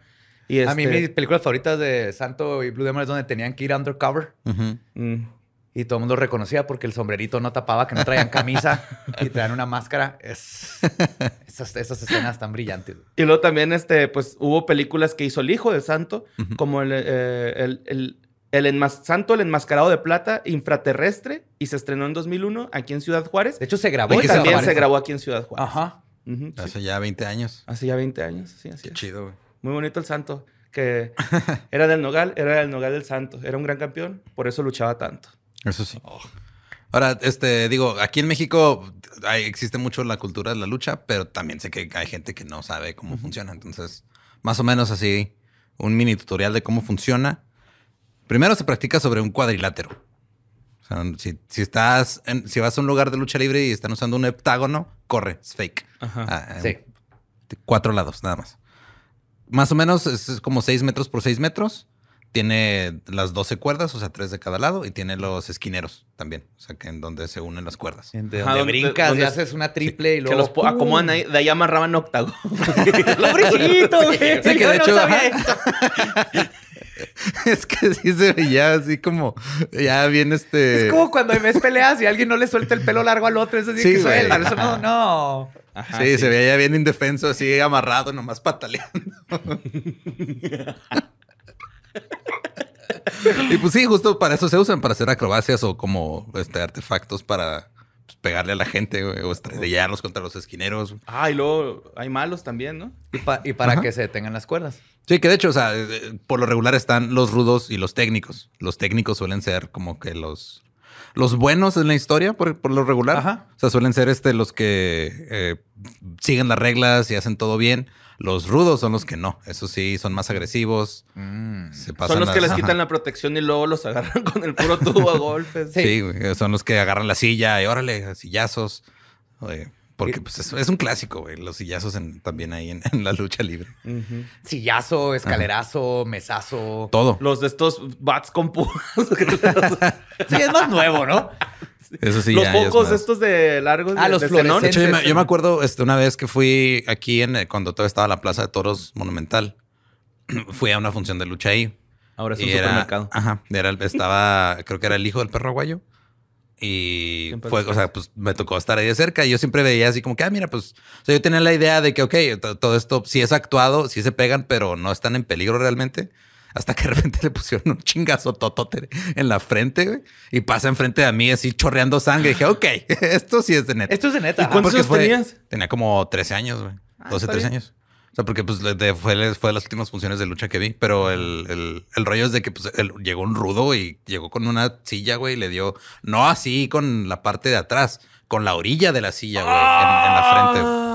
F: Y
E: A mí
F: este,
E: mis películas favoritas de Santo y Blue Demon es donde tenían que ir undercover.
D: Ujú.
F: mm,
E: Y todo el mundo reconocía porque el sombrerito no tapaba, que no traían camisa y traían una máscara. Es- esas, esas escenas tan brillantes.
F: Y luego también, este, pues hubo películas que hizo el hijo del santo,
D: Ujú.
F: como el, eh, el, el- el enmas- Santo, el Enmascarado de Plata, Infraterrestre, y se estrenó en 2001 aquí en Ciudad Juárez.
E: De hecho, se grabó.
F: Y
E: en
D: que
E: Ciudad
F: también
E: Juárez.
F: se grabó aquí en Ciudad Juárez.
E: Ajá.
F: Ujú, sí.
D: Hace ya 20 años.
F: Hace ya 20 años, sí, así
D: Qué
F: es.
D: chido, güey.
F: Muy bonito el Santo, que era del Nogal, era del Nogal del Santo. Era un gran campeón, por eso luchaba tanto.
D: Eso sí. Oh. Ahora, este, digo, aquí en México hay- existe mucho la cultura de la lucha, pero también sé que hay gente que no sabe cómo funciona. Entonces, más o menos así, un mini tutorial de cómo funciona. Primero se practica sobre un cuadrilátero. O sea, si, si estás, en- si vas a un lugar de lucha libre y están usando un heptágono, corre, es fake. Ah,
E: Sí.
D: de cuatro lados, nada más. Más o menos es es como seis metros por seis metros. Tiene las 12 cuerdas, o sea, tres de cada lado, y tiene los esquineros también, o sea, que en donde se unen las cuerdas.
E: De
F: Ajá,
E: donde
F: donde-
E: brincas
F: donde-
E: y haces una triple y
F: que
E: luego...
F: los po-
E: ¡pum!
F: acomodan ahí, de ahí amarraban octavo.
E: ¡Pobrecito,
D: Sí,
E: güey!
D: que
E: Yo
D: de
E: no
D: hecho,
E: sabía
D: ajá.
E: esto.
D: es que sí se veía así como, ya bien este...
E: Es como cuando ves peleas y alguien no le suelta el pelo largo al otro. Es así
D: Sí,
E: que
D: güey.
E: suelta. Eso no, no.
D: sí, se veía ya bien indefenso, así amarrado, nomás pataleando. y pues sí, justo para eso se usan, para hacer acrobacias o como este artefactos para pues, pegarle a la gente güey, o estrellarlos contra los esquineros.
F: Ah, y luego hay malos también, ¿no?
E: Y, pa- y para
D: Ajá.
E: que se detengan las cuerdas.
D: Sí, que de hecho, o sea, eh, eh, por lo regular están los rudos y los técnicos. Los técnicos suelen ser como que los los buenos en la historia, por, por lo regular.
E: Ajá.
D: O sea, suelen ser este los que eh, siguen las reglas y hacen todo bien. Los rudos son los que no. Eso sí, son más agresivos. se pasan
F: Mm. Son los que
D: las-
F: les quitan
D: Ajá.
F: la protección y luego los agarran con el puro tubo a golpes.
D: Sí, güey, eh, son los que agarran la silla y órale, sillazos. Oye, porque pues, es, es un clásico, güey, los sillazos en- también ahí en, en la lucha libre.
F: Ujú.
E: Sillazo, escalerazo, mesazo.
D: Todo.
F: Los de estos bats con púas.
E: Sí, es más nuevo, ¿no?
D: Eso sí,
F: los
D: ya, ya es
F: focos
D: más-
F: estos de largos.
E: Ah,
F: de-
E: los
F: de xenón.
D: De hecho, yo me,
E: Entonces,
D: yo me acuerdo este, una vez que fui aquí en eh, cuando todavía estaba la Plaza de Toros Monumental. fui a una función de lucha ahí.
F: Ahora es un
D: Y era-
F: supermercado.
D: Ajá. Era, el- estaba, creo que era el hijo del perro aguayo. Y
F: Siempre
D: fue,
F: los
D: o sea, pues me tocó estar ahí de cerca. Y yo siempre veía así como que, ah, mira, pues o sea, yo tenía la idea de que, ok, to- todo esto sí es actuado, sí se pegan, pero no están en peligro realmente. Hasta que de repente le pusieron un chingazo totote en la frente güey, y pasa enfrente de mí así chorreando sangre. Y dije, ok, esto sí es de neta.
E: Esto es de neta.
F: ¿Y cuántos
D: Ah, Porque
F: años
D: fue-
F: tenías?
D: Tenía como 13 años, güey.
F: Ah,
D: 12,
F: está
D: 13
F: bien.
D: años. O sea, porque pues le- de- fue, fue de las últimas funciones de lucha que vi, pero el, el- el rollo es de que pues, el- llegó un rudo y llegó con una silla, güey, y le dio, no así con la parte de atrás, con la orilla de la silla, güey, en, en la
F: Ah.
D: frente.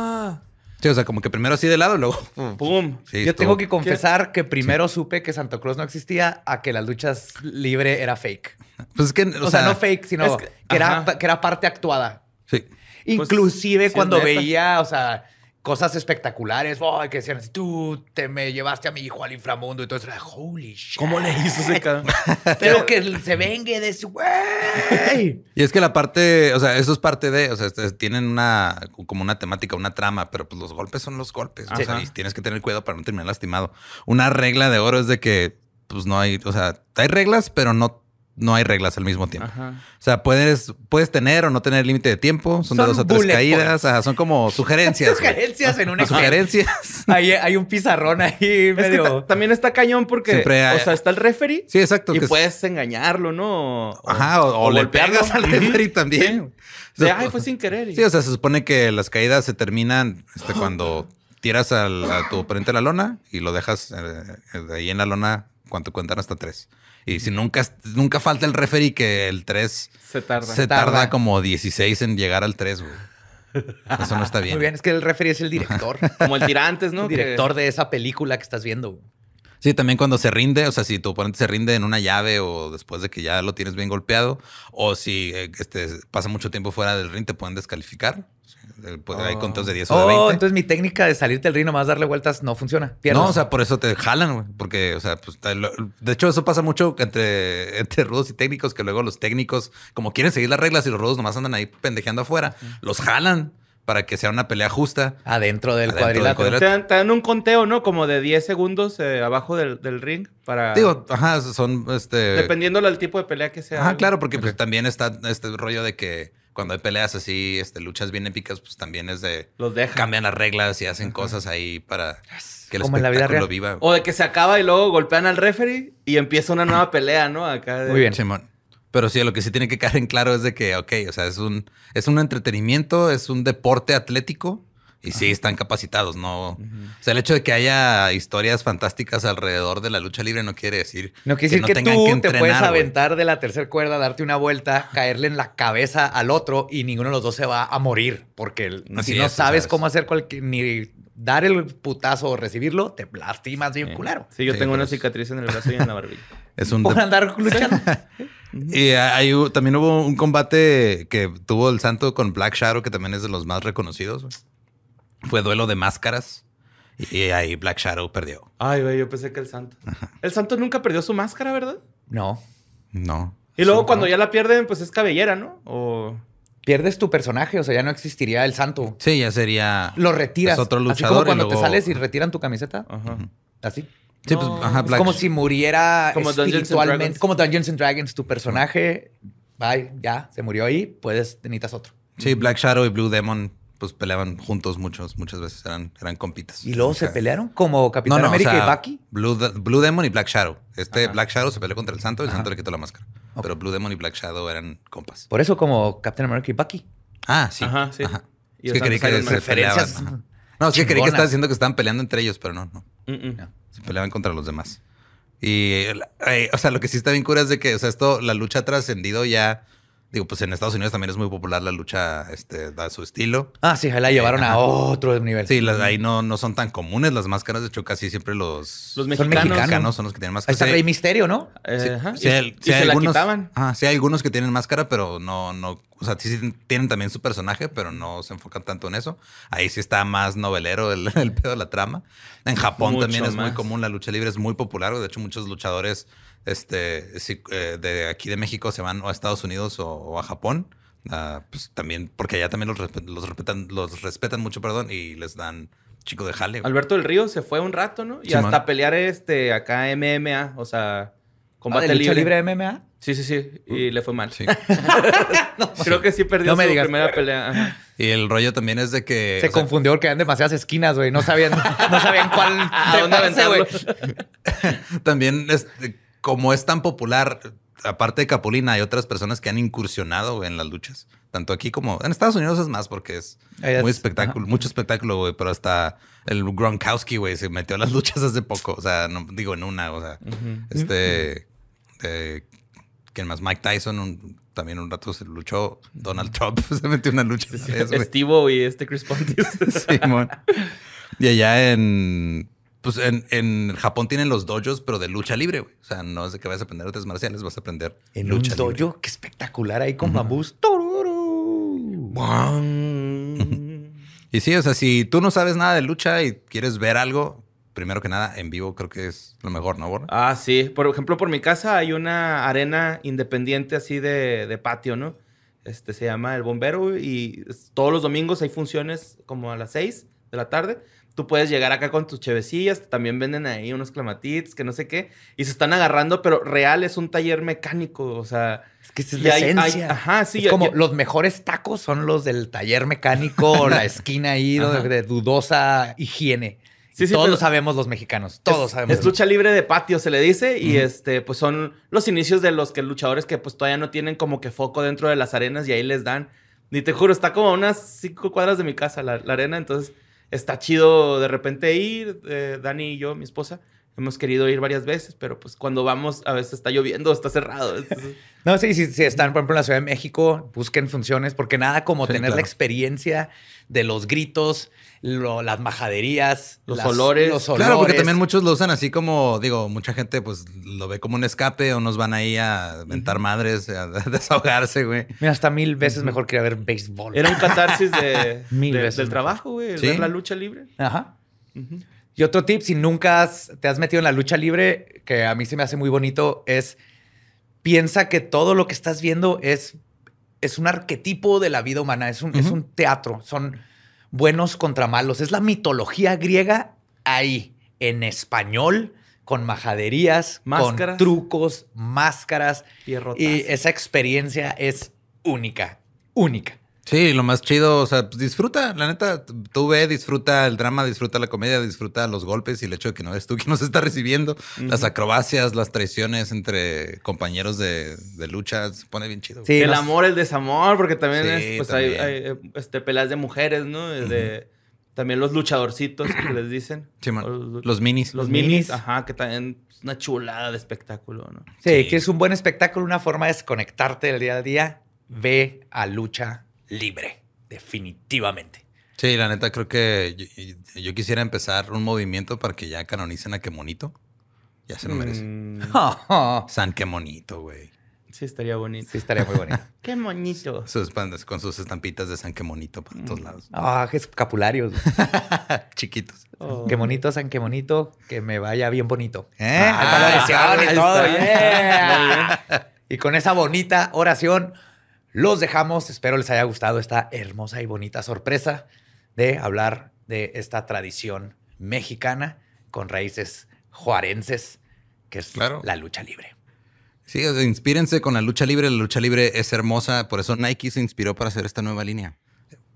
D: Sí, o sea, como que primero así de lado, luego...
F: ¡Pum!
D: Mm. Sí,
E: Yo
D: estuvo-
E: tengo que confesar que primero supe que Santa Claus no existía a que las luchas libre era fake.
D: Pues es que,
E: O, sea, no fake, sino
F: es
E: que,
F: que-
E: era,
F: ajá.
E: que era parte actuada.
D: Sí.
E: Inclusive
F: sí es
E: cuando
F: neta.
E: veía, o sea, cosas espectaculares, ay, que decían, así, tú te me llevaste a mi hijo al inframundo y todo eso, era, holy shit.
F: ¿Cómo le hizo ese cabrón?
E: Pero que se vengue de su güey.
D: Y es que la parte, o sea, eso es parte de, o sea, es- tienen una, como una temática, una trama, pero pues los golpes son los golpes. O
F: Ajá.
D: sea, y tienes que tener cuidado para no terminar lastimado. Una regla de oro es de que, pues no hay, o sea, hay reglas, pero no, no hay reglas al mismo tiempo.
F: Ajá.
D: O sea, puedes, puedes tener o no tener límite de tiempo. Son,
E: Son
D: de dos a tres
E: bullet
D: caídas. Ajá, son como sugerencias. güey.
E: Sugerencias en un Excel.
D: sugerencias.
E: Hay, hay un pizarrón ahí
F: Es que
E: medio.
F: ta- también está cañón porque,
D: Siempre hay-
F: o sea, está el referee
D: Sí, exacto.
F: y
D: que es-
F: puedes engañarlo, ¿no? O-
D: Ajá, o, o le
F: golpearlo.
D: pegas al referee también.
F: De, Ay, fue sin querer. y-
D: Sí, o sea, se supone que las caídas se terminan este, cuando tiras al- a tu oponente a la lona y lo dejas eh, de ahí en la lona cuando cuentan hasta tres. Y si nunca, nunca falta el referee que el tres
F: se tarda.
D: se tarda,
E: Tarda.
D: como 16 en llegar al tres, güey. Eso no está bien.
E: Muy bien, es que el referee es el director.
F: Como el tirantes,
E: ¿no?
F: ¿no?
E: El director de esa película que estás viendo.
D: Sí, también cuando se rinde, o sea, si tu oponente se rinde en una llave o después de que ya lo tienes bien golpeado, o si eh, este, pasa mucho tiempo fuera del ring, te pueden descalificar. Sí, eh, pues, Hay conteos de 10 o de 20.
E: Oh, entonces mi técnica de salirte del ring más darle vueltas no funciona. Pierdes.
D: No, o sea, por eso te jalan, güey. Porque, o sea, pues, te lo- de hecho, eso pasa mucho entre, entre rudos y técnicos, que luego los técnicos, como quieren seguir las reglas y los rudos nomás andan ahí pendejeando afuera, los jalan para que sea una pelea justa.
E: adentro del
D: Adentro del
E: cuadrilátero.
D: cuadrilátero.
F: Te dan, te dan un conteo, ¿no? Como de 10 segundos eh, abajo del, del ring para...
D: Digo, ajá, son este.
F: dependiendo del tipo de pelea que sea.
D: Ajá, claro, porque pues, también está este rollo de que cuando hay peleas así, este, luchas bien épicas, pues también es de.
F: Los deja.
D: Cambian las reglas y hacen cosas ahí para que el
E: Como en la vida
D: espectáculo
E: real.
D: viva.
F: O de que se acaba y luego golpean al referee y empieza una nueva pelea, ¿no? Acá de-
E: Muy bien.
D: Simón. Pero sí, lo que sí tiene que quedar en claro es de que, ok, o sea, es un, es un entretenimiento, es un deporte atlético y sí están capacitados, ¿no? O sea, el hecho de que haya historias fantásticas alrededor de la lucha libre no quiere decir,
E: No quiere decir que,
D: tengan
E: tú te
D: entrenar,
E: puedes
D: güey.
E: aventar de la tercera cuerda, darte una vuelta, caerle en la cabeza al otro y ninguno de los dos se va a morir. Porque el-
D: Así
E: si no
D: es,
E: sabes,
D: sabes.
E: cómo hacer cualquier, ni dar el putazo o recibirlo, te lastimas bien culero.
F: Eh, Sí, yo
D: Sí,
F: tengo
D: pero
F: una
D: es-
F: cicatriz en el brazo y en la barbilla.
D: Es un
E: Por
D: deporte.
E: andar luchando.
D: Y hay- hay- también hubo un combate que tuvo el Santo con Black Shadow, que también es de los más reconocidos. güey. Fue duelo de máscaras y ahí Black Shadow perdió.
F: Ay, güey, yo pensé que el santo. El santo nunca perdió su máscara, ¿verdad?
E: No.
D: No.
F: Y luego cuando ya la pierden, pues es cabellera, ¿no? O...
E: Pierdes tu personaje, o sea, ya no existiría el santo.
D: Sí, ya sería.
E: Lo retiras.
D: Es otro
E: así
D: luchador
E: como
D: y
E: cuando te
D: luego-
E: sales y retiran tu camiseta.
F: Ajá.
E: Así.
D: Sí, pues,
F: No,
D: ajá,
E: Es
D: Black-
E: como si muriera
F: Como Dungeons and
E: espiritualmente.
F: Dragons.
E: Como Dungeons and Dragons, tu personaje. Bye, ya, se murió ahí. Puedes, necesitas otro.
D: Sí, Black Shadow y Blue Demon pues peleaban juntos muchos, muchas veces eran, eran compitas.
E: Y luego se
D: O sea,
E: pelearon como Capitán
D: o
E: América
D: sea,
E: y Bucky.
D: Blue, De- Blue Demon y Black Shadow. Este Black Shadow se peleó contra el Santo, el Santo le quitó la máscara. Pero Blue Demon y Black Shadow eran compas.
E: Por eso como Capitán América y Bucky.
D: Ah, sí.
F: Ajá, sí. Y
D: Es
F: el
D: que
F: Santo
D: creí que
F: Iron Man.
D: se peleaban.
E: Referencias
D: ajá. No, es que creí que
E: chingonas.
D: estabas diciendo que estaban peleando entre ellos, pero no, no.
F: Mm-mm.
D: Se peleaban contra los demás. Y, eh, la- eh, o sea, lo que sí está bien cura es de que, o sea, esto, la lucha ha trascendido ya. Digo, pues en Estados Unidos también es muy popular la lucha, este, da su estilo.
E: Ah, sí, la llevaron a otro nivel.
D: Sí, las- ahí no, no son tan comunes las máscaras. De hecho, casi siempre los,
F: Los
D: son
F: mexicanos.
D: son los que tienen
E: Ahí
D: máscaras.
E: está Rey Misterio, ¿no?
F: Eh, ajá.
D: sí,
F: y
D: hay-
F: y
D: sí hay
F: se la
D: algunos-
F: quitaban.
D: ajá, sí hay algunos que tienen máscara, pero no, no, o sea, sí, sí tienen también su personaje, pero no se enfocan tanto en eso. Ahí sí está más novelero el, el pedo de la trama. En Japón
F: Mucho
D: también es muy
F: más.
D: común la lucha libre, es muy popular. De hecho, muchos luchadores este, sí, eh, de aquí de México se van o a Estados Unidos o, o a Japón. Ah, pues también, porque allá también los, respe- los respetan, los respetan mucho, perdón, y les dan chico de jale. güey.
F: Alberto del Río se fue un rato, ¿no? Y
D: Simón.
F: hasta pelear este acá MMA, o sea, combate
E: Ah, de lucha
F: libre.
E: libre MMA.
F: Sí, sí, sí. Y le fue mal.
D: Uh, Sí. pues
F: Creo que sí perdió
E: No me
F: su
E: digas.
F: primera pelea. Ajá.
D: Y el rollo también es de que.
E: Se
D: o sea,
E: confundió porque eran demasiadas esquinas, güey. No sabían, no sabían cuál
F: ¿A dónde
E: treparse,
F: aventarlo?
D: también, este, como es tan popular, aparte de Capulina, hay otras personas que han incursionado güey, en las luchas. Tanto aquí como en Estados Unidos es más porque es
E: Ahí es-
D: muy espectáculo, mucho espectáculo, güey, pero hasta el Gronkowski, güey, se metió a las luchas hace poco. O sea, no digo en una, o sea, este. eh, ¿Quién más? Mike Tyson un- también un rato se luchó. Donald Trump se metió en una lucha. una vez, güey.
F: Estivo y este Chris Pontius.
D: Simón. Y allá en. Pues en, en Japón tienen los dojos, pero de lucha libre, güey. O sea, no es de que vayas a aprender artes marciales, vas a aprender
E: En
D: lucha
E: un dojo, qué espectacular ahí con bambús. Tururú.
D: Y sí, o sea, si tú no sabes nada de lucha y quieres ver algo, primero que nada, en vivo creo que es lo mejor, ¿no, Borra?
F: Ah, sí. Por ejemplo, por mi casa hay una arena independiente así de, de patio, ¿no? Este se llama El Bombero y es- todos los domingos hay funciones como a las 6 de la tarde. Tú puedes llegar acá con tus chevecillas, también venden ahí unos clamatites, que no sé qué, y se están agarrando, pero real es un taller mecánico, o sea,
E: Es que esa es
F: Y
E: la
F: hay- hay-
E: esencia.
F: ajá, sí,
E: Es
F: ya-
E: como
F: ya-
E: los mejores tacos son los del taller mecánico, la esquina ahí
F: Ajá.
E: de, de dudosa higiene.
F: Sí,
E: Y
F: sí,
E: todos
F: pero-
E: lo sabemos los mexicanos. Todos
F: es,
E: sabemos.
F: es lucha libre de patio, se le dice. Y este, pues son los inicios de los que luchadores que pues todavía no tienen como que foco dentro de las arenas y ahí les dan. Ni te juro, está como a unas cinco cuadras de mi casa la, la arena. Entonces está chido de repente ir. eh, Dani y yo, mi esposa, hemos querido ir varias veces, pero pues cuando vamos a veces está lloviendo, está cerrado. entonces-
E: No, sí, sí, sí, están, por ejemplo, en la Ciudad de México, busquen funciones, porque nada como
D: Sí,
E: tener la
D: claro.
E: experiencia de los gritos, lo- las majaderías,
F: Los
E: las-
F: olores.
E: los
D: Claro, porque
E: olores.
D: también muchos lo usan así como, digo, mucha gente pues lo ve como un escape o nos van ahí a mentar madres, a desahogarse, güey.
E: Mira, hasta mil veces mejor que ir a ver béisbol.
F: Era un catarsis de,
E: Mil
F: de-
E: veces
F: del
E: mejor.
F: trabajo, güey. el
D: Sí.
F: ver la lucha libre.
E: Ajá.
F: Ujú.
E: Y otro tip, si nunca has- te has metido en la lucha libre, que a mí se me hace muy bonito, es piensa que todo lo que estás viendo es, es un arquetipo de la vida humana, es un, es
D: Ujú.
E: un teatro, son buenos contra malos, es la mitología griega ahí, en español, con majaderías,
F: Máscaras.
E: con trucos, máscaras,
F: Pierrotazo.
E: y esa experiencia es única, única.
D: Sí, lo más chido, o sea, pues, disfruta, la neta, t- tú ve, disfruta el drama, disfruta la comedia, disfruta los golpes y el hecho de que no eres tú quien nos está recibiendo, las acrobacias, las traiciones entre compañeros de, de lucha, se pone bien chido.
E: Sí,
F: el
E: nos-
F: amor, el desamor, porque también,
D: Sí,
F: es, pues,
D: también.
F: Hay, hay, eh, este, peleas de mujeres, ¿no? De, También los luchadorcitos que les dicen.
D: Sí, man.
F: O los,
D: Los minis.
F: los
E: los
F: minis,
E: minis.
F: Ajá, que también es una chulada de espectáculo, ¿no?
E: Sí,
D: Sí.
E: que es un buen espectáculo, una forma de desconectarte del día a día. Ve a lucha libre, definitivamente.
D: Sí, la neta, creo que yo- yo, yo quisiera empezar un movimiento para que ya canonicen a Quemonito. Ya se lo merece.
F: Mm,
E: Ah.
D: San Quemonito, güey.
F: sí, estaría bonito.
E: sí, estaría muy bonito.
F: Qué moñito.
D: Sus pandas con sus estampitas de San Quemonito por
F: Mm.
D: todos lados.
E: Ah, qué escapularios.
D: Chiquitos.
F: Oh.
E: Qué bonito, San, qué bonito. Que me vaya bien bonito. ¿Eh?
D: Ah,
E: Ahí está la oración
F: ahí
E: y todo.
F: está.
E: yeah. Y con esa bonita oración los dejamos. Espero les haya gustado esta hermosa y bonita sorpresa de hablar de esta tradición mexicana con raíces juarenses, que es
D: Claro.
E: la lucha libre.
D: Sí, o sea, inspírense con la lucha libre. La lucha libre es hermosa. Por eso Nike se inspiró para hacer esta nueva línea.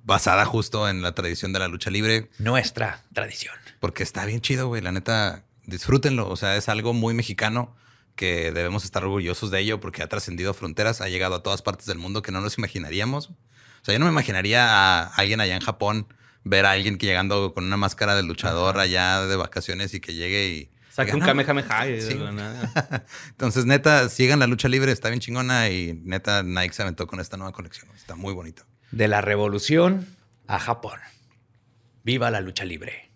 D: Basada justo en la tradición de la lucha libre.
E: Nuestra tradición.
D: Porque está bien chido, güey. La neta, disfrútenlo. O sea, es algo muy mexicano que debemos estar orgullosos de ello porque ha trascendido fronteras, ha llegado a todas partes del mundo que no nos imaginaríamos. O sea, yo no me imaginaría a alguien allá en Japón ver a alguien que llegando con una máscara de luchador allá de vacaciones y que llegue y...
F: Saca
D: diga,
F: un
D: "No,
F: kamehameha. y
D: Sí.
F: de la nada.
D: Entonces, neta, sigan la lucha libre, está bien chingona y neta, Nike se aventó con esta nueva colección. Está muy bonito.
E: De la revolución a Japón. Viva la lucha libre.